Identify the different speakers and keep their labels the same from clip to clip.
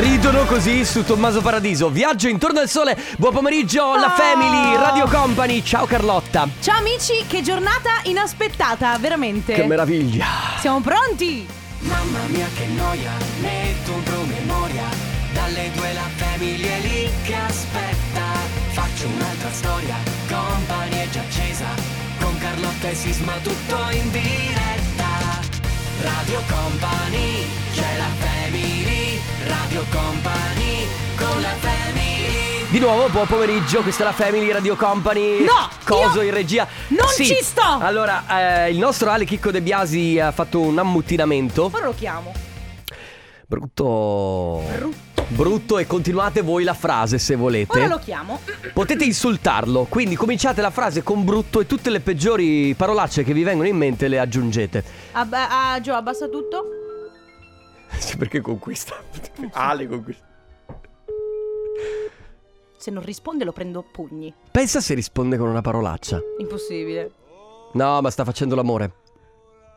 Speaker 1: Ridono così su Tommaso Paradiso. Viaggio intorno al sole. Buon pomeriggio, la
Speaker 2: Oh.
Speaker 1: Family, Radio Company. Ciao Carlotta.
Speaker 2: Ciao amici, che giornata inaspettata, veramente.
Speaker 1: Che meraviglia.
Speaker 2: Siamo pronti?
Speaker 3: Mamma mia che noia, metto un promemoria Dalle due la famiglia è lì che aspetta Faccio un'altra storia, company è già accesa Con Carlotta e Sisma tutto in diretta Radio Company, c'è la family Radio Company, con la family
Speaker 1: Di nuovo, buon pomeriggio, questa è la Family Radio Company.
Speaker 2: No,
Speaker 1: Coso
Speaker 2: io
Speaker 1: in regia.
Speaker 2: non
Speaker 1: Sì.
Speaker 2: ci sto.
Speaker 1: Allora, eh, il nostro Ale Chicco De Biasi ha fatto un ammutinamento.
Speaker 2: Ora lo chiamo.
Speaker 1: Brutto. Brutto e continuate voi la frase se volete.
Speaker 2: Ora lo chiamo.
Speaker 1: Potete insultarlo, quindi cominciate la frase con brutto e tutte le peggiori parolacce che vi vengono in mente le aggiungete.
Speaker 2: Ab- ah, Gio, abbassa tutto.
Speaker 1: Sì, perché conquista. Ale conquista.
Speaker 2: Se non risponde lo prendo a pugni.
Speaker 1: Pensa se risponde con una parolaccia.
Speaker 2: Impossibile.
Speaker 1: No, ma sta facendo l'amore.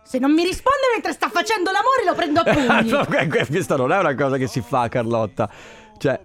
Speaker 2: Se non mi risponde mentre sta facendo l'amore lo prendo a pugni.
Speaker 1: Questa non è una cosa che si fa, Carlotta. Cioè,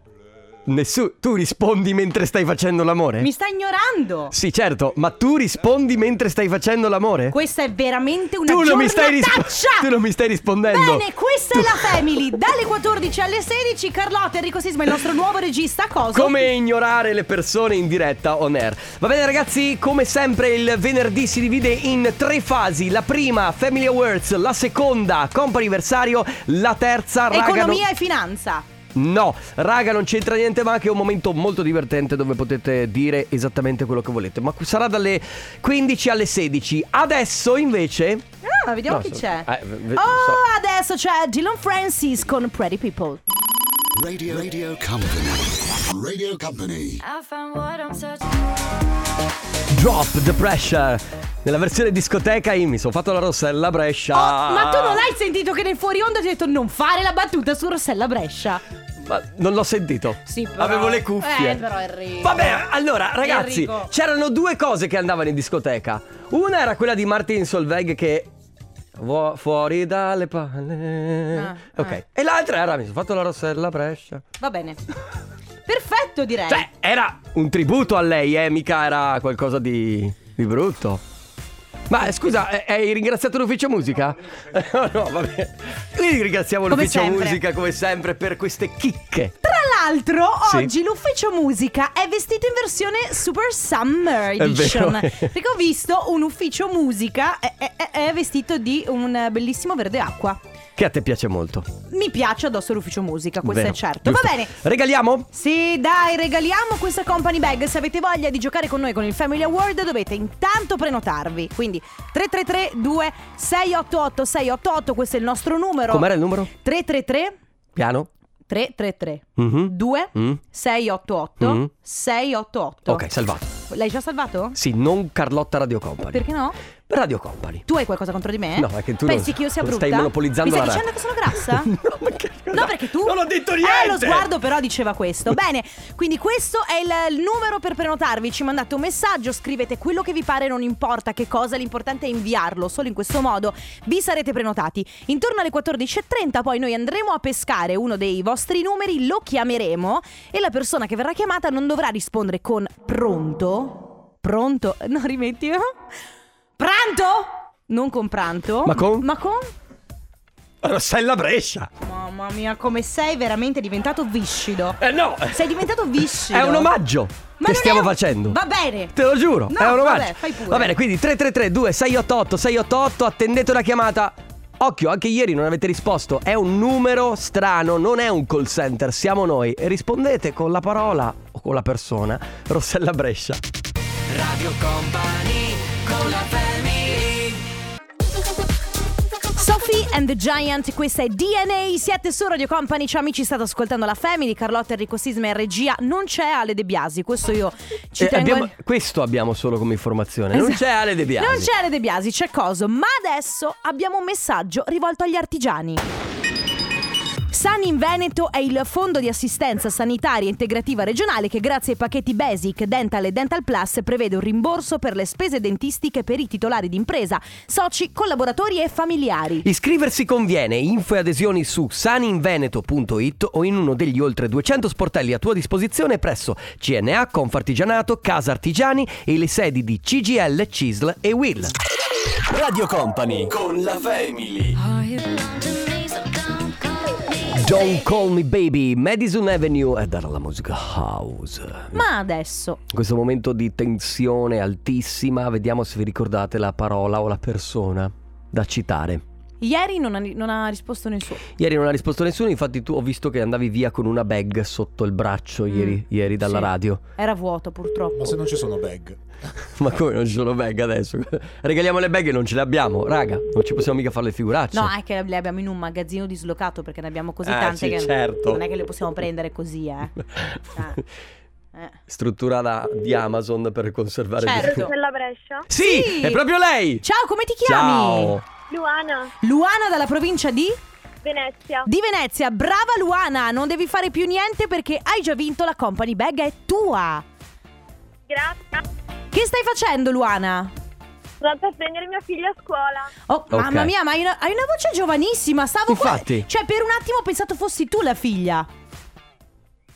Speaker 1: nessu- tu rispondi mentre stai facendo l'amore?
Speaker 2: mi sta ignorando.
Speaker 1: Sì, certo, ma tu rispondi mentre stai facendo l'amore?
Speaker 2: Questa è veramente una
Speaker 1: tu non, mi stai rispo-
Speaker 2: giornataccia!
Speaker 1: tu non mi stai rispondendo.
Speaker 2: Bene, questa è la Family. Dalle 14 alle 16, Carlotta Enrico Sisma, il nostro nuovo regista. Cosa?
Speaker 1: Come ignorare le persone in diretta on air. Va bene ragazzi, come sempre il venerdì si divide in tre fasi. La prima Family Awards, la seconda Companiversario, la terza raga non-
Speaker 2: Economia e finanza.
Speaker 1: No, raga non c'entra niente ma che è un momento molto divertente dove potete dire esattamente quello che volete. Ma sarà dalle 15 alle 16. Adesso invece...
Speaker 2: Ah, vediamo
Speaker 1: No,
Speaker 2: chi
Speaker 1: so-
Speaker 2: c'è.
Speaker 1: eh, ve- ve-
Speaker 2: oh,
Speaker 1: so-
Speaker 2: adesso c'è Dylan Francis con Pretty People.
Speaker 4: Radio Radio Company. Radio Company.
Speaker 1: Drop the pressure. Nella versione discoteca io mi sono fatto la rossella a Brescia.
Speaker 2: Oh, ma tu non hai sentito che nel fuori onda ti ho detto non fare la battuta su Rossella Brescia?
Speaker 1: Ma non l'ho sentito.
Speaker 2: Sì, però.
Speaker 1: Avevo le cuffie.
Speaker 2: Eh, però, Enrico.
Speaker 1: Vabbè, allora, ragazzi,
Speaker 2: Enrico.
Speaker 1: c'erano due cose che andavano in discoteca. Una era quella di Martin Solveig che. Vo- fuori dalle palle.
Speaker 2: Ah,
Speaker 1: ok.
Speaker 2: ah. Eh.
Speaker 1: E l'altra era. Mi sono fatto la rossella a Brescia.
Speaker 2: Va bene. Perfetto, direi.
Speaker 1: Cioè, era un tributo a lei, eh, mica era qualcosa di, di brutto. Ma eh, scusa, eh, hai ringraziato l'ufficio musica? No, no, vabbè. Quindi ringraziamo
Speaker 2: Come
Speaker 1: l'ufficio
Speaker 2: sempre.
Speaker 1: musica come sempre per queste chicche.
Speaker 2: Tra l'altro,
Speaker 1: Sì.
Speaker 2: oggi l'ufficio musica è vestito in versione Super Summer
Speaker 1: È
Speaker 2: Edition.
Speaker 1: vero.
Speaker 2: Perché ho visto un ufficio musica è, è- è- è vestito di un bellissimo verde acqua.
Speaker 1: Che a te piace molto.
Speaker 2: Mi piace addosso l'ufficio musica, questo
Speaker 1: Vero,
Speaker 2: è certo.
Speaker 1: giusto.
Speaker 2: Va bene.
Speaker 1: Regaliamo?
Speaker 2: Sì, dai, regaliamo questa company bag. Se avete voglia di giocare con noi con il Family Award, dovete intanto prenotarvi. Quindi 333 2688 688, questo è il nostro numero.
Speaker 1: Com'era il numero?
Speaker 2: 333
Speaker 1: Piano.
Speaker 2: 333
Speaker 1: Mhm.
Speaker 2: 2
Speaker 1: Mm.
Speaker 2: 688
Speaker 1: Mm.
Speaker 2: 688.
Speaker 1: Ok, salvato.
Speaker 2: L'hai già salvato?
Speaker 1: Sì, non Carlotta Radio Company.
Speaker 2: Perché no?
Speaker 1: Radio Company.
Speaker 2: Tu hai qualcosa contro di me?
Speaker 1: No, è che tu
Speaker 2: Eh? Pensi
Speaker 1: non-
Speaker 2: che io sia brutta?
Speaker 1: stai monopolizzando
Speaker 2: Mi stai
Speaker 1: la ra-
Speaker 2: dicendo che sono grassa?
Speaker 1: No, ma che-
Speaker 2: No, perché tu.
Speaker 1: Non ho detto
Speaker 2: Eh, lo
Speaker 1: niente!
Speaker 2: sguardo, però, diceva questo. Bene, quindi questo è il, il numero per prenotarvi. Ci mandate un messaggio, scrivete quello che vi pare, non importa che cosa, l'importante è inviarlo. Solo in questo modo vi sarete prenotati. Intorno alle 14.30, poi noi andremo a pescare uno dei vostri numeri, lo chiameremo e la persona che verrà chiamata non dovrà rispondere con pronto. Pronto? No, rimettilo. Pranto? Non con pranto.
Speaker 1: Ma con?
Speaker 2: Ma con?
Speaker 1: Rossella Brescia.
Speaker 2: Mamma mia, come sei veramente diventato viscido.
Speaker 1: Eh no!
Speaker 2: Sei diventato viscido.
Speaker 1: È un omaggio
Speaker 2: Ma
Speaker 1: che
Speaker 2: non
Speaker 1: stiamo
Speaker 2: è un-
Speaker 1: facendo.
Speaker 2: Va bene.
Speaker 1: Te lo giuro,
Speaker 2: No,
Speaker 1: è un omaggio.
Speaker 2: vabbè, fai pure.
Speaker 1: Va bene, quindi 333 2688 688 attendete una chiamata. Occhio, anche ieri non avete risposto. È un numero strano, non è un call center, siamo noi. E rispondete con la parola o con la persona Rossella Brescia.
Speaker 3: Radio Company, con la family
Speaker 2: Sophie and the Giant, questa è DNA, siete su Radio Company, ciao amici, state ascoltando la Family, Carlotta Enrico Sisma e regia, non c'è Ale De Biasi, questo io ci
Speaker 1: Eh,
Speaker 2: tengo...
Speaker 1: abbiamo- Questo abbiamo solo come informazione. Non
Speaker 2: Esatto.
Speaker 1: c'è Ale De Biasi.
Speaker 2: Non c'è Ale De Biasi, c'è Coso, ma adesso abbiamo un messaggio rivolto agli artigiani. Sani in Veneto è il fondo di assistenza sanitaria integrativa regionale che grazie ai pacchetti Basic, Dental e Dental Plus prevede un rimborso per le spese dentistiche per i titolari d'impresa, soci, collaboratori e familiari.
Speaker 1: Iscriversi conviene, info e adesioni su saninveneto.it o in uno degli oltre 200 sportelli a tua disposizione presso CNA, Confartigianato, Casa Artigiani e le sedi di CGL, CISL e WILL. Radio Company con la Family. Don't Call Me Baby, Madison Avenue ed era la musica house.
Speaker 2: Ma adesso
Speaker 1: In questo momento di tensione altissima, vediamo se vi ricordate la parola o la persona da citare.
Speaker 2: Ieri non ha, non ha risposto nessuno.
Speaker 1: Ieri non ha risposto nessuno, infatti tu ho visto che andavi via con una bag sotto il braccio ieri, ieri dalla
Speaker 2: Mm. sì.
Speaker 1: radio.
Speaker 2: Era vuoto purtroppo.
Speaker 5: Ma se non ci sono bag.
Speaker 1: Ma come non ci sono bag adesso? Regaliamo le bag e non ce le abbiamo, raga. Non ci possiamo mica fare le figuracce.
Speaker 2: No, è che le abbiamo in un magazzino dislocato perché ne abbiamo così
Speaker 1: Eh,
Speaker 2: tante
Speaker 1: sì,
Speaker 2: che
Speaker 1: certo.
Speaker 2: non è che le possiamo prendere così, eh. Eh. Eh.
Speaker 1: Strutturata di Amazon per conservare le
Speaker 2: Certo.
Speaker 1: figuracce.
Speaker 6: Della Brescia.
Speaker 1: Sì,
Speaker 2: Sì.
Speaker 1: è proprio lei.
Speaker 2: Ciao, come ti chiami?
Speaker 1: Ciao.
Speaker 6: Luana,
Speaker 2: Luana dalla provincia di?
Speaker 6: Venezia.
Speaker 2: Di Venezia. Brava Luana, non devi fare più niente perché hai già vinto la company bag, è tua.
Speaker 6: Grazie.
Speaker 2: Che stai facendo Luana?
Speaker 6: Sono andata a prendere mia figlia a scuola.
Speaker 2: Oh,
Speaker 1: Ok.
Speaker 2: mamma mia, ma hai una, hai una voce giovanissima, stavo qua-
Speaker 1: Infatti.
Speaker 2: Cioè, per un attimo ho pensato fossi tu la figlia.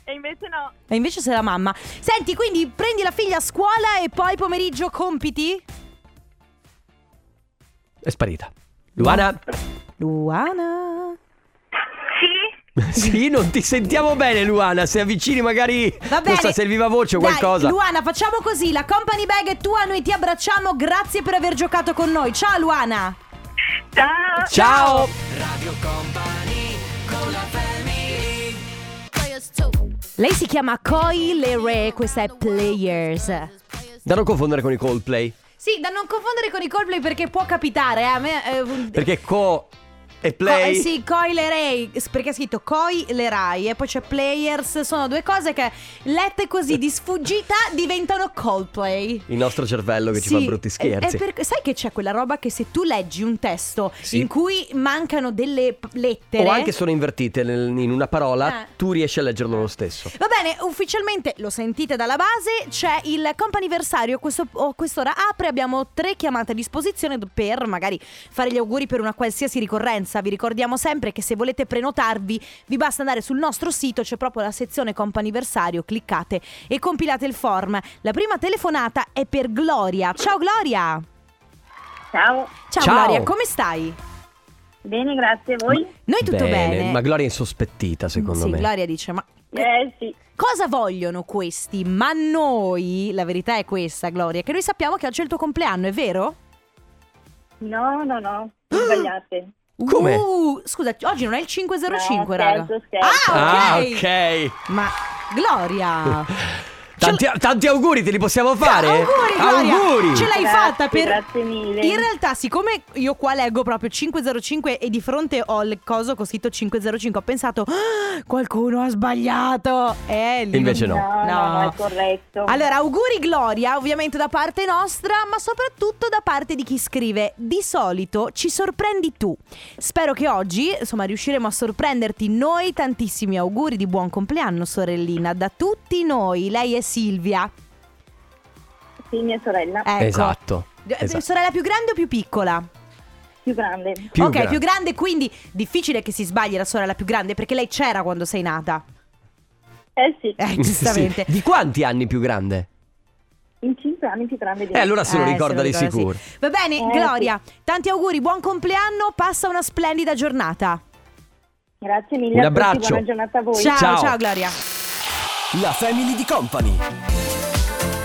Speaker 6: E invece no.
Speaker 2: E invece sei la mamma. Senti, quindi prendi la figlia a scuola e poi pomeriggio compiti?
Speaker 1: È sparita. Luana,
Speaker 2: Luana.
Speaker 6: Sì?
Speaker 1: sì, non ti sentiamo bene, Luana. Se avvicini magari
Speaker 2: Va bene.
Speaker 1: non so se il viva voce o
Speaker 2: Dai,
Speaker 1: qualcosa.
Speaker 2: Luana, facciamo così: la company bag è tua, noi ti abbracciamo. Grazie per aver giocato con noi. Ciao, Luana.
Speaker 6: Ciao.
Speaker 1: Ciao.
Speaker 2: Lei si chiama Koi Lere, questa è Players.
Speaker 1: Da non confondere con i Coldplay.
Speaker 2: Sì, da non confondere con i Coldplay perché può capitare. eh, a me, eh, un-
Speaker 1: Perché co e
Speaker 2: Co-
Speaker 1: play.
Speaker 2: eh, sì, Koi Leray, perché è scritto Koi Lerai e poi c'è Players, sono due cose che lette così di sfuggita diventano Coldplay.
Speaker 1: Il nostro cervello che ci fa
Speaker 2: Sì,
Speaker 1: brutti
Speaker 2: è-
Speaker 1: scherzi.
Speaker 2: è per- sai che c'è quella roba che se tu leggi un testo
Speaker 1: Sì.
Speaker 2: in cui mancano delle p- lettere.
Speaker 1: O anche sono invertite nel- in una parola,
Speaker 2: Eh.
Speaker 1: tu riesci a leggerlo lo stesso.
Speaker 2: Va bene, ufficialmente lo sentite dalla base, c'è il comp'anniversario, questo, o quest'ora apre, abbiamo tre chiamate a disposizione do- per magari fare gli auguri per una qualsiasi ricorrenza. Vi ricordiamo sempre che se volete prenotarvi vi basta andare sul nostro sito, c'è proprio la sezione comp'anniversario, cliccate e compilate il form. La prima telefonata è per Gloria. Ciao Gloria!
Speaker 7: Ciao,
Speaker 2: Ciao,
Speaker 1: Ciao.
Speaker 2: Gloria, come stai?
Speaker 7: bene, grazie a voi.
Speaker 2: Noi tutto bene.
Speaker 1: Ma Gloria è insospettita, secondo
Speaker 2: sì,
Speaker 1: me.
Speaker 2: Gloria dice, ma
Speaker 7: Eh sì,
Speaker 2: Cosa vogliono questi? Ma noi, la verità è questa, Gloria, che noi sappiamo che oggi è il tuo compleanno, è vero?
Speaker 7: no, no, no,
Speaker 1: Ah!
Speaker 7: non sbagliate.
Speaker 1: Come?
Speaker 2: Uh, scusa, oggi non è il 505,
Speaker 7: No,
Speaker 2: raga.
Speaker 7: scherzo, scherzo.
Speaker 1: Ah,
Speaker 2: Ah, ok.
Speaker 1: ok.
Speaker 2: Ma Gloria,
Speaker 1: Tanti, tanti auguri, te li possiamo fare?
Speaker 2: auguri, Gloria.
Speaker 1: Auguri.
Speaker 2: Ce l'hai
Speaker 7: Grazie,
Speaker 2: fatta per
Speaker 7: grazie mille.
Speaker 2: In realtà, siccome io qua leggo proprio 505 e di fronte ho il coso con scritto 505, ho pensato "Ah, qualcuno ha sbagliato. Eh, lì
Speaker 1: Invece no.
Speaker 7: No, no, no, è corretto.
Speaker 2: Allora, auguri Gloria, ovviamente da parte nostra, ma soprattutto da parte di chi scrive. Di solito ci sorprendi tu. Spero che oggi, insomma, riusciremo a sorprenderti noi. Tantissimi auguri di buon compleanno, sorellina, da tutti noi. Lei è Silvia.
Speaker 7: Sì, mia sorella,
Speaker 2: Ecco.
Speaker 1: Esatto.
Speaker 2: Eh,
Speaker 1: esatto.
Speaker 2: Sorella più grande o più piccola?
Speaker 7: più grande.
Speaker 1: Più
Speaker 2: ok,
Speaker 1: grande.
Speaker 2: più grande, quindi difficile che si sbagli la sorella più grande perché lei c'era quando sei nata.
Speaker 7: Eh sì,
Speaker 2: Eh, giustamente.
Speaker 1: Sì. Di quanti anni più grande?
Speaker 7: in cinque anni più grande di
Speaker 1: Eh,
Speaker 7: me.
Speaker 1: allora se lo
Speaker 2: Eh,
Speaker 1: ricorda
Speaker 2: se lo
Speaker 1: di
Speaker 2: ricorda, sì.
Speaker 1: sicuro.
Speaker 2: Va bene,
Speaker 7: Eh,
Speaker 2: Gloria, tanti auguri, buon compleanno, passa una splendida giornata.
Speaker 7: Grazie mille,
Speaker 1: Un
Speaker 7: a tutti,
Speaker 1: abbraccio.
Speaker 7: buona giornata a voi.
Speaker 2: Ciao,
Speaker 1: Ciao.
Speaker 2: ciao, Gloria.
Speaker 3: La Family di Company.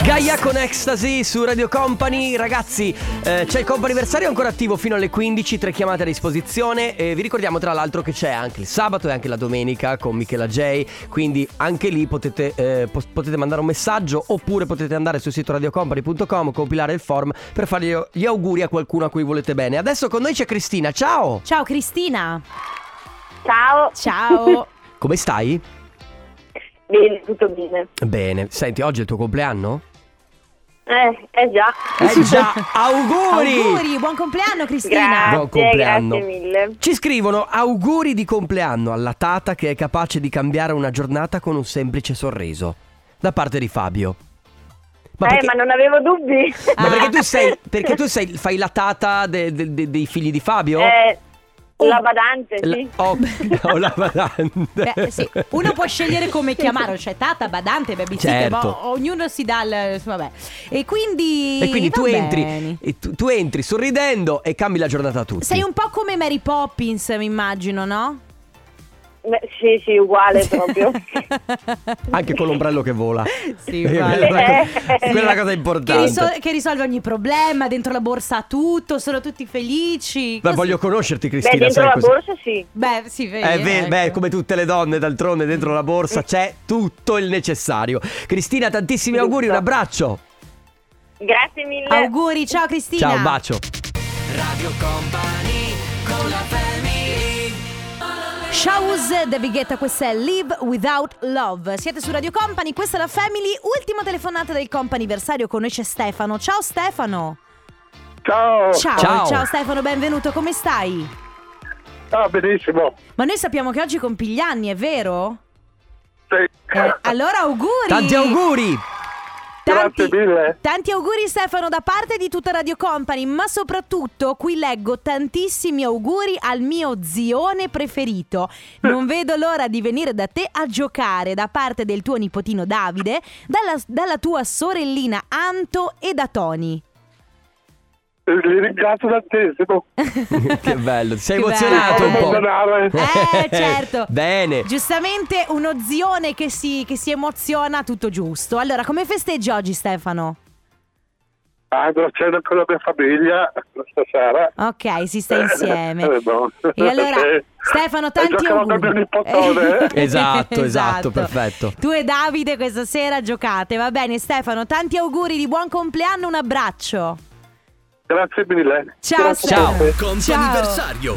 Speaker 1: Gaia con Ecstasy su Radio Company, ragazzi eh, c'è il comp'anniversario ancora attivo fino alle 15, tre chiamate a disposizione e vi ricordiamo tra l'altro che c'è anche il sabato e anche la domenica con Michela J, quindi anche lì potete, eh, po- potete mandare un messaggio oppure potete andare sul sito radiocompany.com, compilare il form per fare gli- gli auguri a qualcuno a cui volete bene. Adesso con noi c'è Cristina, ciao!
Speaker 2: Ciao Cristina.
Speaker 7: Ciao.
Speaker 2: Ciao.
Speaker 1: Come stai?
Speaker 7: Bene, tutto bene.
Speaker 1: Bene, senti oggi è il tuo compleanno?
Speaker 7: Eh, eh già.
Speaker 1: Eh già, auguri!
Speaker 2: Auguri, buon compleanno Cristina.
Speaker 1: Buon
Speaker 7: Grazie,
Speaker 1: compleanno.
Speaker 7: grazie mille.
Speaker 1: Ci scrivono auguri di compleanno alla Tata che è capace di cambiare una giornata con un semplice sorriso. Da parte di Fabio. Ma
Speaker 7: eh,
Speaker 1: perché,
Speaker 7: ma non Ah. avevo dubbi.
Speaker 2: Ah.
Speaker 1: ma perché tu sei. Perché tu sei. Fai la tata de- de- de- dei figli di Fabio?
Speaker 7: Eh,
Speaker 1: Oh.
Speaker 7: la badante, sì.
Speaker 1: La- oh, oh, la badante.
Speaker 2: Beh, sì, uno può scegliere come chiamarlo, cioè tata, badante, babysitter,
Speaker 1: Certo.
Speaker 2: ma ognuno si dà il insomma, vabbè. E quindi
Speaker 1: E quindi tu
Speaker 2: va
Speaker 1: entri,
Speaker 2: bene.
Speaker 1: e tu, tu entri sorridendo e cambi la giornata a tutti.
Speaker 2: Sei un po' come Mary Poppins, mi immagino, no?
Speaker 7: Beh, sì, sì, uguale proprio.
Speaker 1: Anche con l'ombrello che vola.
Speaker 2: Sì,
Speaker 1: Eh,
Speaker 2: vale.
Speaker 1: quella, è la cosa,
Speaker 7: Eh,
Speaker 1: quella è la cosa
Speaker 2: Che,
Speaker 1: importante.
Speaker 2: risol- che risolve ogni problema, dentro la borsa ha tutto, sono tutti felici.
Speaker 1: Beh,
Speaker 2: Così.
Speaker 1: voglio conoscerti,
Speaker 7: Beh,
Speaker 1: Cristina.
Speaker 7: dentro
Speaker 1: sai
Speaker 7: la
Speaker 1: così.
Speaker 7: borsa sì.
Speaker 2: Beh, sì, vedi,
Speaker 1: Eh, ve-
Speaker 2: ecco.
Speaker 1: beh, come tutte le donne, d'altronde, dentro la borsa c'è tutto il necessario. Cristina, tantissimi auguri, un abbraccio.
Speaker 7: Grazie mille.
Speaker 2: Auguri, ciao Cristina.
Speaker 1: Ciao, un bacio.
Speaker 2: Shows The Bighetta, questa è Live Without Love. Siete su Radio Company, questa è la Family, ultima telefonata del comp'anniversario con noi c'è Stefano. Ciao Stefano.
Speaker 5: Ciao,
Speaker 2: Ciao,
Speaker 1: Ciao.
Speaker 2: Stefano, benvenuto, come stai?
Speaker 5: ah, benissimo.
Speaker 2: Ma noi sappiamo che oggi compi gli anni, è vero?
Speaker 5: Sì.
Speaker 2: Eh, Allora auguri.
Speaker 1: Tanti auguri.
Speaker 2: Tanti-
Speaker 5: Grazie mille.
Speaker 2: Tanti auguri Stefano da parte di tutta Radio Company, ma soprattutto qui leggo tantissimi auguri al mio zione preferito. Non vedo l'ora di venire da te a giocare da parte del tuo nipotino Davide, dalla, dalla tua sorellina Anto e da Tony.
Speaker 5: Li ringrazio tantissimo.
Speaker 2: Eh,
Speaker 1: che bello, ti sei
Speaker 2: Che
Speaker 1: emozionato
Speaker 2: bello.
Speaker 1: un po'.
Speaker 5: Emozionare.
Speaker 2: Eh, certo.
Speaker 1: Bene.
Speaker 2: Giustamente uno zione che si, che si emoziona, tutto giusto. Allora, come festeggi oggi Stefano?
Speaker 5: Vado a cena Ah, con la mia famiglia stasera.
Speaker 2: Ok, si sta insieme.
Speaker 5: Eh, no.
Speaker 2: E allora,
Speaker 5: Sì.
Speaker 2: Stefano,
Speaker 5: E
Speaker 2: tanti
Speaker 5: giocherò
Speaker 2: auguri.
Speaker 5: con mio nipotone.
Speaker 1: Eh. Esatto, esatto, perfetto.
Speaker 2: Tu e Davide questa sera giocate, va bene Stefano, tanti auguri di buon compleanno, un abbraccio.
Speaker 5: Grazie mille.
Speaker 2: Ciao,
Speaker 5: Grazie
Speaker 2: ciao.
Speaker 5: a voi.
Speaker 2: Ciao. anniversario.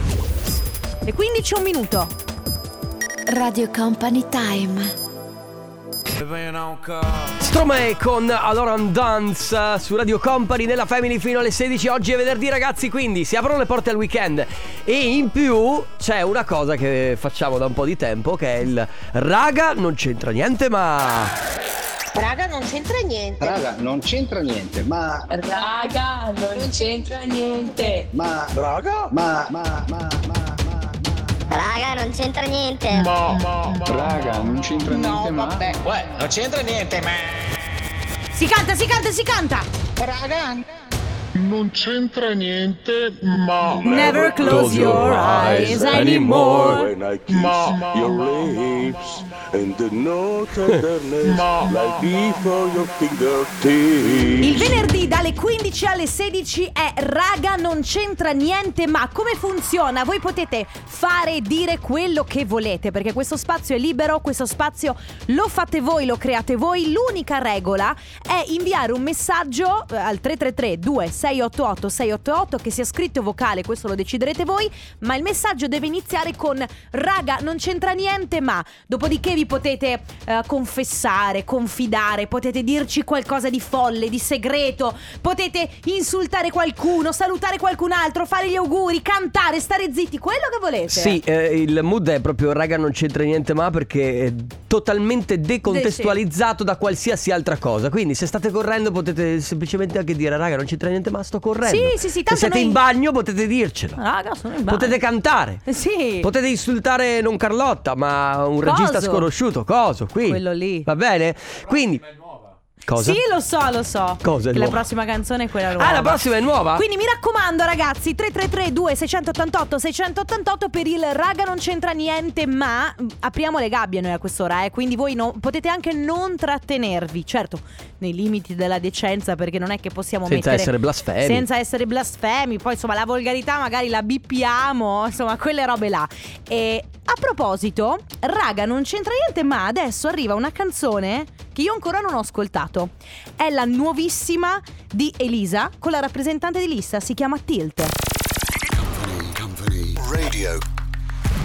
Speaker 2: E 15 un minuto.
Speaker 8: Radio Company Time.
Speaker 1: Stromae con Allora Dance su Radio Company nella Family fino alle 16. Oggi è venerdì, ragazzi, quindi si aprono le porte al weekend. E in più c'è una cosa che facciamo da un po' di tempo che è il raga, non c'entra niente, ma.
Speaker 9: Raga, non c'entra niente.
Speaker 10: Raga, non c'entra niente, ma,
Speaker 9: Raga, non c'entra niente.
Speaker 10: ma, raga, ma, ma, ma, ma, ma,
Speaker 11: Raga, non c'entra niente.
Speaker 10: ma, raga, non c'entra niente, ma.
Speaker 9: non c'entra niente, ma.
Speaker 2: Si canta, si canta, si canta.
Speaker 10: Non c'entra niente, ma,
Speaker 2: Never close your eyes anymore.
Speaker 10: ma,
Speaker 2: Il venerdì dalle 15 alle 16 è Raga non c'entra niente, ma come funziona? Voi potete fare e dire quello che volete, perché questo spazio è libero, questo spazio lo fate voi, lo create voi. L'unica regola è inviare un messaggio eh, al 333 2688 688 che sia scritto vocale, questo lo deciderete voi, ma il messaggio deve iniziare con Raga non c'entra niente, ma dopodiché vi potete eh, confessare, confidare, potete dirci qualcosa di folle, di segreto, potete insultare qualcuno, salutare qualcun altro, fare gli auguri, cantare, stare zitti, quello che volete.
Speaker 1: Sì, eh, il mood è proprio raga non c'entra niente ma perché è totalmente decontestualizzato da qualsiasi altra cosa. Quindi se state correndo potete semplicemente anche dire raga non c'entra niente ma sto correndo.
Speaker 2: Sì, sì, sì, tanto
Speaker 1: se siete
Speaker 2: noi-
Speaker 1: in bagno potete dircelo.
Speaker 2: Raga, sono in bagno.
Speaker 1: Potete cantare.
Speaker 2: Eh, Sì.
Speaker 1: Potete insultare non Carlotta, ma un
Speaker 2: Coso.
Speaker 1: regista sconosciuto, coso, qui.
Speaker 2: Quello lì.
Speaker 1: Va bene? Quindi Cosa?
Speaker 2: Sì, lo so, lo so.
Speaker 1: Cosa è
Speaker 2: Che la
Speaker 1: nuova?
Speaker 2: prossima canzone è quella nuova.
Speaker 1: Ah, la prossima è nuova?
Speaker 2: Quindi mi raccomando ragazzi 3332 688 688 per il raga non c'entra niente ma mh, apriamo le gabbie noi a quest'ora eh, quindi voi no- potete anche non trattenervi certo nei limiti della decenza perché non è che possiamo
Speaker 1: Senza
Speaker 2: mettere
Speaker 1: essere blasfemi.
Speaker 2: senza essere blasfemi poi insomma la volgarità magari la bippiamo insomma quelle robe là e a proposito raga non c'entra niente ma adesso arriva una canzone che io ancora non ho ascoltato è la nuovissima di Elisa con la rappresentante di lista, si chiama Tilt.
Speaker 4: Company, company. Radio.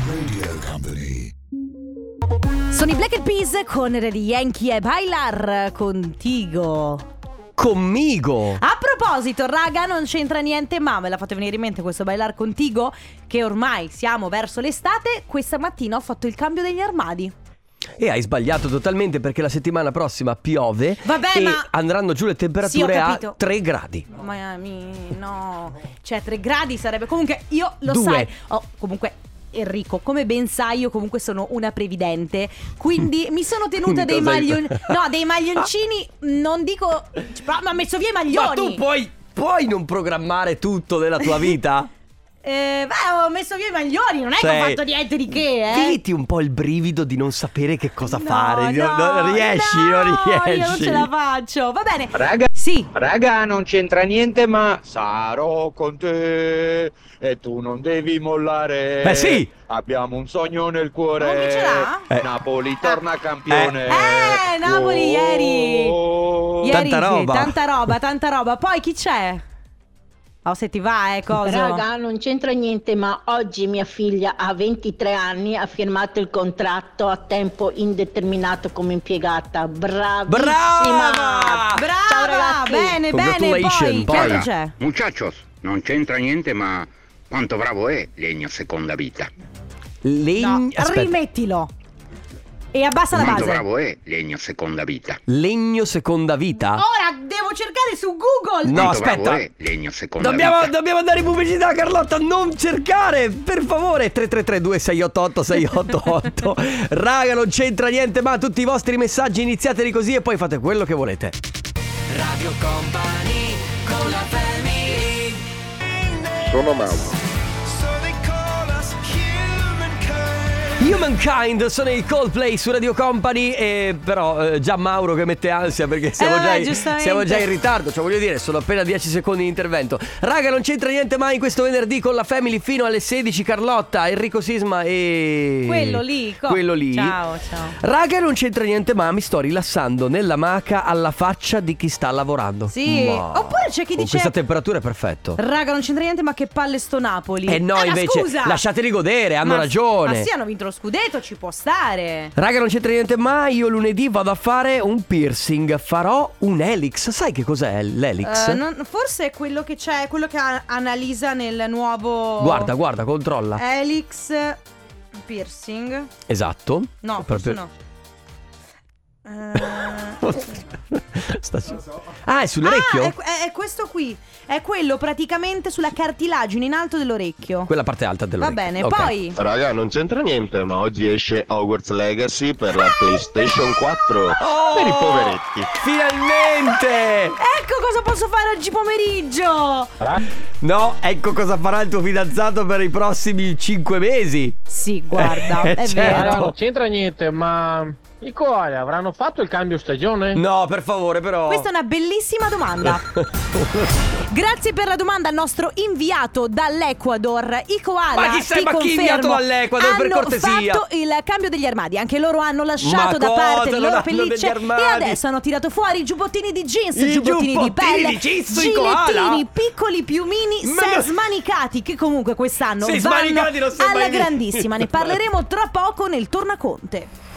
Speaker 4: Radio Company.
Speaker 2: Sono i Black Eyed Peas con Daddy Yankee e Bailar contigo.
Speaker 1: Conmigo.
Speaker 2: A proposito, raga, non c'entra niente, ma me l'ha fatto venire in mente questo bailar contigo che ormai siamo verso l'estate. Questa mattina ho fatto il cambio degli armadi.
Speaker 1: E hai sbagliato totalmente perché la settimana prossima piove
Speaker 2: Vabbè,
Speaker 1: e
Speaker 2: ma-
Speaker 1: andranno giù le temperature
Speaker 2: Sì, ho
Speaker 1: a
Speaker 2: capito.
Speaker 1: 3 gradi.
Speaker 2: Miami, eh, no. Cioè, 3 gradi sarebbe. Comunque, io lo
Speaker 1: Due.
Speaker 2: sai. Oh, comunque. Enrico, come ben sai, io comunque sono una previdente. Quindi mi sono tenuta
Speaker 1: Quindi
Speaker 2: dei
Speaker 1: cosa hai-
Speaker 2: maglioni. No, dei maglioncini. Non dico. però Mi ha messo via i maglioni.
Speaker 1: Ma tu puoi, puoi non programmare tutto della tua vita?
Speaker 2: Eh, beh, ho messo via i maglioni. Non è che Ecco, ho
Speaker 1: Sei-
Speaker 2: fatto niente di che, eh.
Speaker 1: Viviti un po' il brivido di non sapere che cosa
Speaker 2: No,
Speaker 1: fare. di non- non riesci,
Speaker 2: no,
Speaker 1: non
Speaker 2: Io non
Speaker 1: riesci.
Speaker 2: ce la faccio. Va bene.
Speaker 12: Raga,
Speaker 2: sì.
Speaker 12: raga, non c'entra niente, ma sarò con te e tu non devi mollare.
Speaker 1: Beh, sì.
Speaker 12: Abbiamo un sogno nel cuore. Eh.
Speaker 2: chi ce l'ha?
Speaker 12: Napoli torna campione.
Speaker 2: Eh, Napoli, ieri.
Speaker 12: Oh.
Speaker 2: Ieri
Speaker 1: Tanta
Speaker 2: sì,
Speaker 1: roba.
Speaker 2: tanta roba, tanta roba. Poi chi c'è? Oh, se ti va, eh, cosa?
Speaker 13: Raga, non c'entra niente, ma oggi mia figlia ha 23 anni, ha firmato il contratto a tempo indeterminato come impiegata. Bravissima!
Speaker 1: Brava!
Speaker 2: Brava!
Speaker 13: Ciao ragazzi!
Speaker 2: Bene, bene, poi, che altro c'è?
Speaker 14: Muchachos, non c'entra niente, ma quanto bravo è legno seconda vita.
Speaker 1: Legno. aspetta.
Speaker 2: Rimettilo. E abbassa la
Speaker 14: Quanto
Speaker 2: base.
Speaker 14: bravo è legno seconda vita.
Speaker 1: Legno seconda vita?
Speaker 2: Ora devo cercare su Google.
Speaker 1: Ah. No,
Speaker 14: Quanto bravo
Speaker 1: aspetta.
Speaker 14: è legno seconda
Speaker 1: Dobbiamo,
Speaker 14: vita.
Speaker 1: dobbiamo andare in pubblicità, Carlotta. Non cercare, per favore. 3332 688 688. Raga, non c'entra niente, ma tutti i vostri messaggi iniziateli così e poi fate quello che volete.
Speaker 3: Radio Company con la family.
Speaker 1: Sono Mauro. Humankind sono i Coldplay su Radio Company e però eh, già Mauro che mette ansia perché siamo,
Speaker 2: vabbè,
Speaker 1: già, in,
Speaker 2: Eh, giustamente.
Speaker 1: siamo già in ritardo, cioè voglio dire sono appena 10 secondi di intervento. Raga non c'entra niente mai in questo venerdì con la Family fino alle 16 Carlotta, Enrico Sisma e...
Speaker 2: Eh, Quello lì. co-
Speaker 1: Quello lì.
Speaker 2: Ciao, ciao.
Speaker 1: Raga non c'entra niente ma mi sto rilassando nella maca alla faccia di chi sta lavorando.
Speaker 2: Sì.
Speaker 1: Ma-
Speaker 2: Oppure c'è chi
Speaker 1: Con
Speaker 2: dice...
Speaker 1: questa temperatura è perfetto.
Speaker 2: Raga, non c'entra niente, ma che palle sto Napoli.
Speaker 1: Eh no,
Speaker 2: Ah, ma
Speaker 1: invece,
Speaker 2: scusa!
Speaker 1: lasciateli godere, hanno
Speaker 2: Ma-
Speaker 1: ragione.
Speaker 2: Ma sì, hanno vinto lo scudetto, ci può stare.
Speaker 1: Raga, non c'entra niente mai. Io lunedì vado a fare un piercing. Farò un elix. Sai che cos'è l'elix?
Speaker 2: Eh, non- forse è quello che c'è, quello che a- analizza nel nuovo.
Speaker 1: Guarda, guarda,
Speaker 2: Eh.
Speaker 1: controlla.
Speaker 2: Helix piercing.
Speaker 1: Esatto.
Speaker 2: No, forse no. Eh,
Speaker 1: Sta su- Ah, è sull'orecchio?
Speaker 2: ah, è, è- è questo qui. È quello praticamente sulla cartilagine in alto dell'orecchio.
Speaker 1: Quella parte alta
Speaker 2: Va bene, poi.
Speaker 15: Raga, non c'entra niente, ma oggi esce Hogwarts Legacy per la PlayStation 4.
Speaker 2: Oh.
Speaker 15: Per i poveretti.
Speaker 1: Finalmente!
Speaker 2: Ecco cosa posso fare oggi pomeriggio.
Speaker 1: No, ecco cosa farà il tuo fidanzato per i prossimi 5 mesi.
Speaker 2: Sì, guarda, è
Speaker 1: certo.
Speaker 16: Eh, non c'entra niente, ma i cuori avranno fatto il cambio stagione?
Speaker 2: Mm.
Speaker 1: No, per favore, però.
Speaker 2: Questa è una bellissima domanda. Grazie per la domanda al nostro inviato dall'Ecuador, i koala.
Speaker 1: Ma chi sei?
Speaker 2: ti
Speaker 1: Ma chi
Speaker 2: confermo,
Speaker 1: inviato dall'Ecuador, per
Speaker 2: hanno
Speaker 1: cortesia?
Speaker 2: fatto il cambio degli armadi. Anche loro hanno lasciato
Speaker 1: Ma
Speaker 2: da
Speaker 1: cosa?
Speaker 2: parte le
Speaker 1: Non
Speaker 2: loro
Speaker 1: hanno degli
Speaker 2: pellicce
Speaker 1: armadi.
Speaker 2: e adesso hanno tirato fuori i giubbottini di jeans,
Speaker 1: I
Speaker 2: giubbottini di
Speaker 1: giubbottini
Speaker 2: pelle,
Speaker 1: di jeans sui koala?
Speaker 2: gilettini, piccoli piumini,
Speaker 1: Ma
Speaker 2: se
Speaker 1: no-
Speaker 2: smanicati che comunque quest'anno
Speaker 1: Se
Speaker 2: vanno
Speaker 1: smanicati non si è
Speaker 2: alla
Speaker 1: mai visto.
Speaker 2: grandissima. Ne parleremo tra poco nel tornaconte.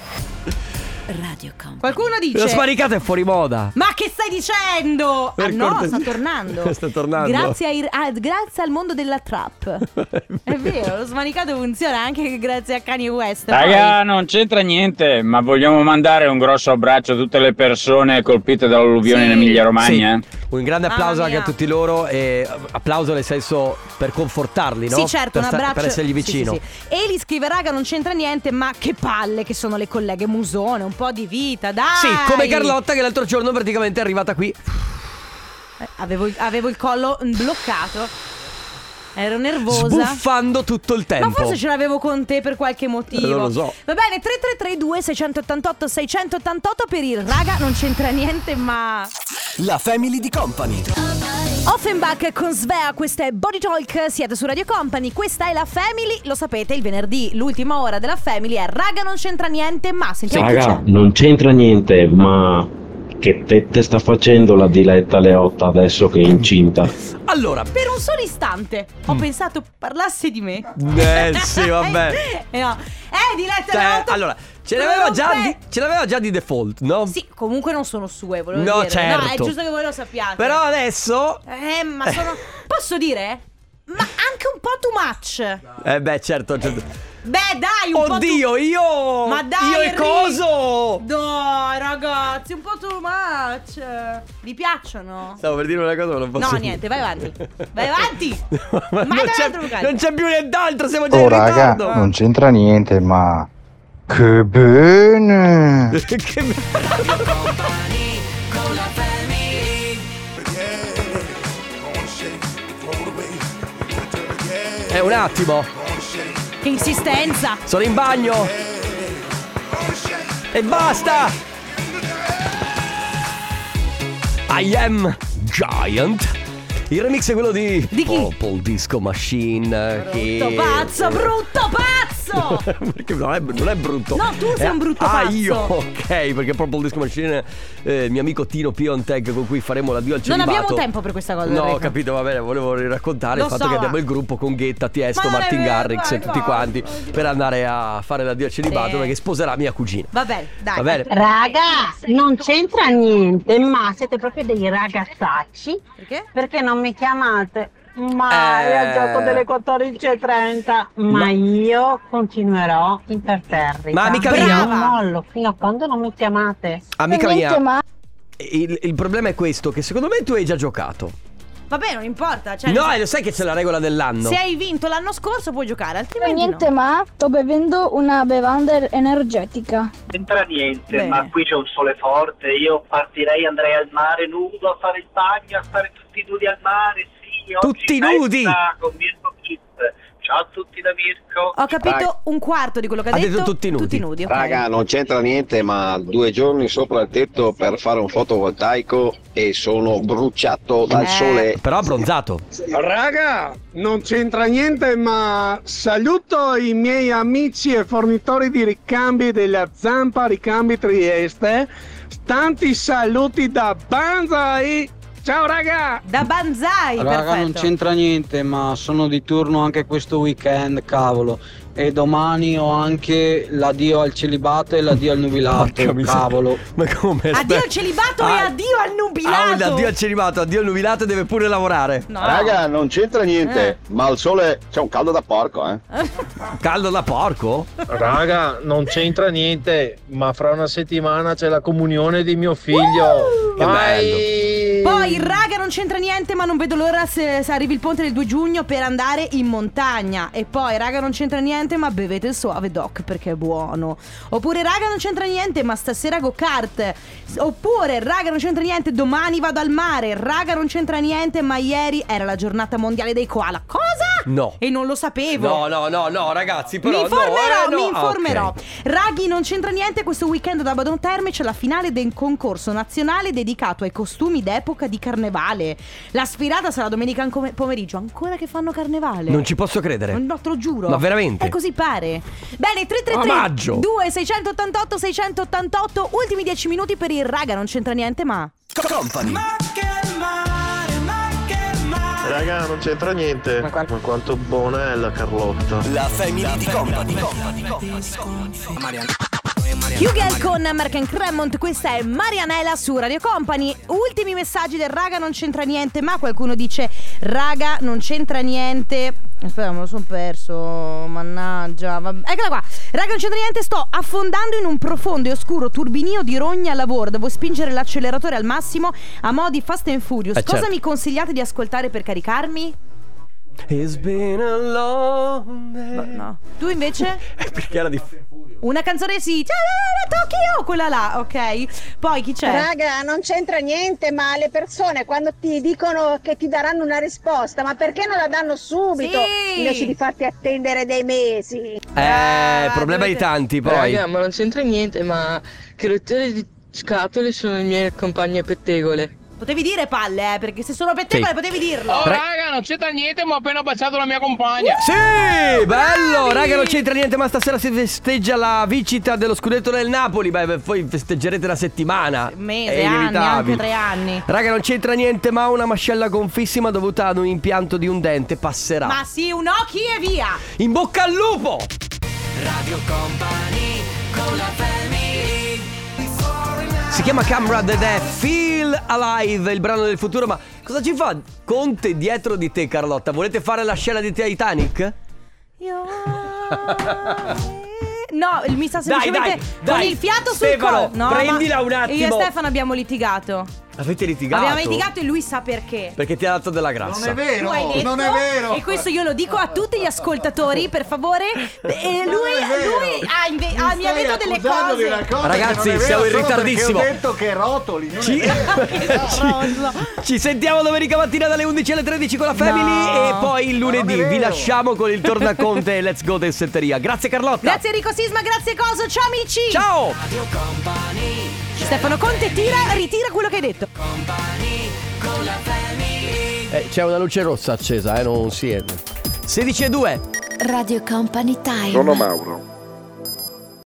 Speaker 2: Radio Qualcuno dice
Speaker 1: Lo sparicato è fuori moda.
Speaker 2: ma che stai dicendo?
Speaker 1: Per
Speaker 2: ah no,
Speaker 1: cortesia.
Speaker 2: sta tornando.
Speaker 1: Sta tornando.
Speaker 2: Grazie, ai- ah, grazie al mondo della trap. È vero, lo smanicato funziona anche grazie a Kanye West.
Speaker 17: Raga, non c'entra niente, ma vogliamo mandare un grosso abbraccio a tutte le persone colpite dall'alluvione in Emilia Romagna.
Speaker 1: Sì. Un grande applauso anche a tutti loro. E applauso nel senso per confortarli, no?
Speaker 2: Sì, certo,
Speaker 1: per
Speaker 2: un
Speaker 1: sta-
Speaker 2: abbraccio.
Speaker 1: Per essergli
Speaker 2: Sì,
Speaker 1: vicino.
Speaker 2: sì, sì. Eli scrive: Raga, non c'entra niente, ma che palle che sono le colleghe musone, un po' di vita, dai.
Speaker 1: Sì, come Carlotta che l'altro giorno praticamente è arrivata qui.
Speaker 2: Eh, Avevo, il- avevo il collo bloccato. Ero nervosa.
Speaker 1: Sbuffando tutto il tempo.
Speaker 2: Ma forse ce l'avevo con te per qualche motivo.
Speaker 1: Eh, non lo so.
Speaker 2: Va bene, 3332 688 688 per il raga, non c'entra niente, ma
Speaker 3: La family di company.
Speaker 2: Offenbach con Svea, questa è Body Talk, siete su Radio Company, questa è la Family, lo sapete, il venerdì, l'ultima ora della Family è raga, non c'entra niente, ma sentiamo chi c'è.
Speaker 18: Raga, non c'entra niente, ma che tette sta facendo la diletta Leotta adesso che è incinta?
Speaker 19: Oh,
Speaker 1: Allora,
Speaker 2: Per un solo istante ho pensato parlasse di me.
Speaker 1: Mm. Eh, sì, vabbè.
Speaker 2: Eh, no. Eh, Diletta
Speaker 1: Cioè,
Speaker 2: Leotta,
Speaker 1: allora, ce l'aveva, già
Speaker 2: Comunque-
Speaker 1: di, ce l'aveva già di default, no?
Speaker 2: Sì, comunque non sono sue, volevo
Speaker 1: No,
Speaker 2: dire. No, è
Speaker 1: certo.
Speaker 2: giusto che voi lo sappiate.
Speaker 1: Però adesso...
Speaker 2: Eh, ma sono... Posso dire? Ma anche un po' too much.
Speaker 1: Eh beh, certo, certo.
Speaker 2: Beh, dai, un po' too
Speaker 1: Oddio, io...
Speaker 2: Ma dai,
Speaker 1: Io e
Speaker 2: Enrico!
Speaker 1: coso!
Speaker 2: Dai, ragazzi, un po' too much. Vi piacciono?
Speaker 1: Stavo per dire una cosa, ma non posso
Speaker 2: No,
Speaker 1: dire.
Speaker 2: niente, vai avanti. Vai avanti.
Speaker 1: Ma non c'è,
Speaker 2: dall'altro canto.
Speaker 1: non c'è più nient'altro, siamo già
Speaker 19: Oh
Speaker 1: in
Speaker 19: raga,
Speaker 1: ritardo.
Speaker 19: non c'entra niente, ma che bene!
Speaker 1: Che be- Eh, un attimo,
Speaker 2: Che insistenza.
Speaker 1: sono in bagno. E basta! I am Giant. Il remix è quello di,
Speaker 2: Di chi?
Speaker 1: Purple Disco Machine. eh, che...
Speaker 2: Brutto pazzo, brutto pazzo.
Speaker 1: perché non è, non è brutto.
Speaker 2: No, tu sei
Speaker 1: Eh,
Speaker 2: un brutto
Speaker 1: ah,
Speaker 2: pazzo.
Speaker 1: io, ok, perché proprio il disco machine, eh, il mio amico Tino Piontech con cui faremo l'addio al
Speaker 2: Non
Speaker 1: celibato.
Speaker 2: abbiamo tempo per questa cosa.
Speaker 1: No, ho
Speaker 2: Enrico.
Speaker 1: capito, va bene, volevo raccontare
Speaker 2: Lo
Speaker 1: il fatto
Speaker 2: so,
Speaker 1: che
Speaker 2: ma-
Speaker 1: abbiamo il gruppo con Ghetta, Tiesto,
Speaker 2: Ma non è
Speaker 1: Martin
Speaker 2: vero,
Speaker 1: Garrix e
Speaker 2: dai,
Speaker 1: tutti
Speaker 2: no.
Speaker 1: quanti per andare a fare l'addio al celibato
Speaker 13: Sì.
Speaker 1: perché sposerà mia cugina.
Speaker 2: Vabbè, dai.
Speaker 1: Va bene.
Speaker 13: Raga, non c'entra niente, ma siete proprio dei ragazzacci.
Speaker 2: Perché?
Speaker 13: non mi chiamate? Ma
Speaker 1: Eh.
Speaker 13: è al gioco delle 14.30. Ma,
Speaker 1: Ma-
Speaker 13: io continuerò imperterrita.
Speaker 1: Ma amica
Speaker 13: Io
Speaker 1: mia-
Speaker 13: Non mollo fino a quando non mi chiamate.
Speaker 1: Amica mia, il, il problema è questo, che secondo me tu hai già giocato.
Speaker 2: Vabbè, non importa. Cioè,
Speaker 1: no, e lo sai che c'è la regola dell'anno.
Speaker 2: Se hai vinto l'anno scorso puoi giocare, altrimenti
Speaker 7: Niente,
Speaker 2: no.
Speaker 7: ma sto bevendo una bevanda er-, energetica.
Speaker 20: C'entra niente,
Speaker 7: Bene.
Speaker 20: ma qui c'è un sole forte, io partirei, andrei al mare nudo a fare il bagno, a stare tutti nudi al mare, sì, oggi
Speaker 1: Tutti
Speaker 20: festa
Speaker 1: nudi?
Speaker 20: con Mirko Kids. Ciao a tutti da Mirko.
Speaker 2: Ho capito un quarto di quello che ha,
Speaker 20: Ha detto
Speaker 2: tutti nudi. Tutti nudi, ok.
Speaker 21: Raga, non c'entra niente, ma due giorni sopra il tetto per fare un fotovoltaico e sono bruciato dal
Speaker 1: Eh.
Speaker 21: sole.
Speaker 1: Però abbronzato.
Speaker 22: Raga, non c'entra niente, ma saluto i miei amici e fornitori di ricambi della Zampa Ricambi Trieste. Tanti saluti da Banzai. Ciao raga!
Speaker 2: Da Banzai,
Speaker 23: Raga, non
Speaker 2: perfetto.
Speaker 23: c'entra niente, ma sono di turno anche questo weekend, cavolo. E domani ho anche l'addio al celibato e l'addio al nubilato, cavolo.
Speaker 1: Ma come?
Speaker 2: Addio
Speaker 1: Aspetta.
Speaker 2: al celibato e
Speaker 1: Ah,
Speaker 2: addio al
Speaker 1: Ah, un
Speaker 2: nubilato.
Speaker 1: addio al celibato, addio al nubilato deve pure lavorare.
Speaker 2: No. Eh.
Speaker 21: Raga, non c'entra niente, ma al sole c'è un caldo da porco, eh.
Speaker 1: Caldo da porco?
Speaker 16: Raga, non c'entra niente, ma fra una settimana c'è la comunione di mio figlio.
Speaker 1: Che
Speaker 16: Vai!
Speaker 2: Poi, raga, non c'entra niente, ma non vedo l'ora se, se arrivi il ponte del 2 giugno per andare in montagna. E poi, raga, non c'entra niente, ma bevete il suave doc perché è buono. Oppure, raga, non c'entra niente, ma stasera go kart. S- Oppure, raga, non c'entra niente, domani vado al mare. Raga, non c'entra niente, ma ieri era la giornata mondiale dei koala. Cosa?
Speaker 1: No.
Speaker 2: E non lo sapevo.
Speaker 1: No, no, no, no, ragazzi, però no,
Speaker 2: mi informerò,
Speaker 1: eh, no.
Speaker 2: mi
Speaker 1: Ah, ok.
Speaker 2: informerò. Raghi, non c'entra niente, questo weekend da Badon Terme c'è la finale del concorso nazionale dedicato ai costumi d'epoca di carnevale. La sfilata sarà domenica anco- pomeriggio, ancora che fanno carnevale.
Speaker 1: Non ci posso credere.
Speaker 2: No, te lo giuro.
Speaker 1: Ma veramente?
Speaker 2: E così pare. Bene,
Speaker 1: A
Speaker 2: 333
Speaker 1: maggio.
Speaker 2: 2688 688 ultimi 10 minuti per il raga, non c'entra niente, ma
Speaker 1: Company.
Speaker 24: Raga, non c'entra niente. Ma quanto, buona è la Carlotta. La famiglia di company.
Speaker 2: Hugel con Mark and Cremont, questa è Marianella su Radio Company. Ultimi messaggi del raga non c'entra niente, ma qualcuno dice raga non c'entra niente. Aspetta, me lo sono perso, mannaggia. vabbè. Eccola qua. Raga non c'entra niente, sto affondando in un profondo e oscuro turbinio di rogna al lavoro. Devo spingere l'acceleratore al massimo a mo' di Fast and Furious.
Speaker 1: Eh,
Speaker 2: Cosa
Speaker 1: certo.
Speaker 2: mi consigliate di ascoltare per caricarmi?
Speaker 1: It's been a long day.
Speaker 2: no. Tu invece?
Speaker 1: Perché era di
Speaker 2: Una canzone sì. Ciao, Tokyo, quella là, ok? Poi chi c'è?
Speaker 25: Eh. Raga, non c'entra niente, ma le persone quando ti dicono che ti daranno una risposta, ma perché non la danno subito
Speaker 2: Sì.
Speaker 25: invece di farti attendere dei mesi?
Speaker 1: Eh, problema di tanti poi.
Speaker 26: Raga, ma non c'entra niente, ma che rotture di scatole sono le mie compagne pettegole.
Speaker 2: Potevi dire palle, eh, perché se sono per te
Speaker 1: Sì.
Speaker 2: palle potevi dirlo.
Speaker 1: Oh, Tre-
Speaker 2: raga, non c'entra niente, ma ho appena baciato la mia compagna.
Speaker 1: Sì, bello, raga, non c'entra niente, ma stasera si festeggia la vincita dello scudetto del Napoli. Beh, beh, voi festeggerete la settimana. È
Speaker 2: Mese, anni,
Speaker 1: inevitabile.
Speaker 2: anche tre anni.
Speaker 1: Raga, non c'entra niente, ma una mascella gonfissima dovuta ad un impianto di un dente passerà.
Speaker 2: Ma sì, un occhi e via.
Speaker 1: In bocca al lupo!
Speaker 3: Radio Company con la family.
Speaker 1: Si chiama Camera ed è Feel Alive, il brano del futuro, ma cosa ci fa Conte dietro di te, Carlotta? Volete fare la scena di Titanic?
Speaker 2: Io... No, il- mi sta
Speaker 1: Dai, dai,
Speaker 2: semplicemente con
Speaker 1: dai.
Speaker 2: il fiato sul
Speaker 1: Stefano,
Speaker 2: collo. No,
Speaker 1: prendila
Speaker 2: ma
Speaker 1: un attimo.
Speaker 2: Io e Stefano abbiamo litigato.
Speaker 1: Avete litigato?
Speaker 2: Abbiamo litigato e lui sa perché.
Speaker 1: Perché ti ha dato della grassa.
Speaker 2: Tu hai detto- E questo io lo dico a tutti gli ascoltatori, per favore. E lui, lui ha, inve- ha- ah, mi ha detto delle cose.
Speaker 1: Ragazzi, siamo in ritardissimo.
Speaker 5: detto che rotoli, non
Speaker 1: Ci... Ci- Ci sentiamo domenica mattina dalle 11 alle 13 con la Family
Speaker 2: No.
Speaker 1: e poi il lunedì vi lasciamo con il tornaconte e let's go del setteria. Grazie Carlotta.
Speaker 2: Grazie Enrico Sisma, grazie Coso, ciao amici.
Speaker 1: Ciao.
Speaker 2: Stefano Conte tira, ritira quello che hai detto.
Speaker 3: Con la family.
Speaker 1: Eh, c'è una luce rossa accesa, eh, non si è. 16 e 2.
Speaker 6: Radio Company Time.
Speaker 8: Sono Mauro